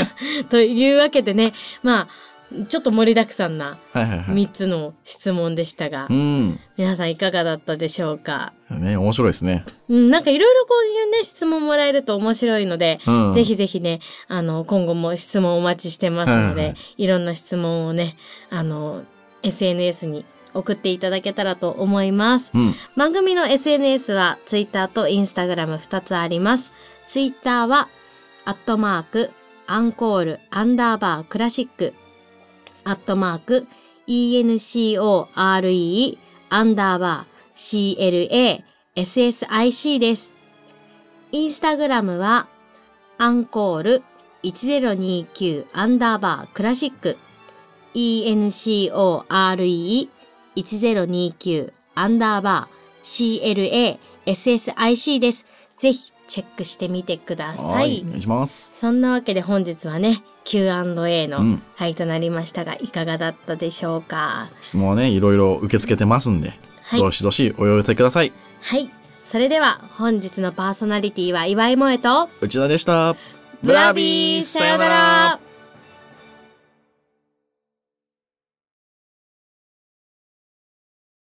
[SPEAKER 2] というわけでね、まあ、ちょっと盛りだくさんな
[SPEAKER 3] はいはいはい。
[SPEAKER 2] 3つの質問でしたが、
[SPEAKER 3] うん。
[SPEAKER 2] 皆さんいかがだったでしょうか
[SPEAKER 3] ね、面白いですね。
[SPEAKER 2] うん、なんかいろいろこういうね、質問もらえると面白いので、
[SPEAKER 3] うん。
[SPEAKER 2] ぜひぜひね、あの、今後も質問お待ちしてますので、
[SPEAKER 3] はいいはい
[SPEAKER 2] ろんな質問をね、あの、SNS に送っていただけたらと思います。
[SPEAKER 3] うん。
[SPEAKER 2] 番組の SNS は Twitter と Instagram2 つあります。Twitter は、アットマーク、アンコール、アンダーバー、クラシック、アットマーク、ENCORE、アンダーバー、CLA、SSIC です。インスタグラムは、アンコール、1029アンダーバークラシック ENCORE1029 アンダーバー CLASSIC です。ぜひチェックしてみてください
[SPEAKER 3] お。願いします。
[SPEAKER 2] そんなわけで本日はね Q&A
[SPEAKER 3] う
[SPEAKER 2] の
[SPEAKER 3] ん。
[SPEAKER 2] 回となりましたがいかがだったでしょうか
[SPEAKER 3] 質問はね、いろいろ受け付けてますんで、
[SPEAKER 2] はい
[SPEAKER 3] ど。しどしお寄せください。
[SPEAKER 2] はい。それでは本日のパーソナリティは岩井萌えと
[SPEAKER 3] 内田でした。
[SPEAKER 2] ブラビーさよなら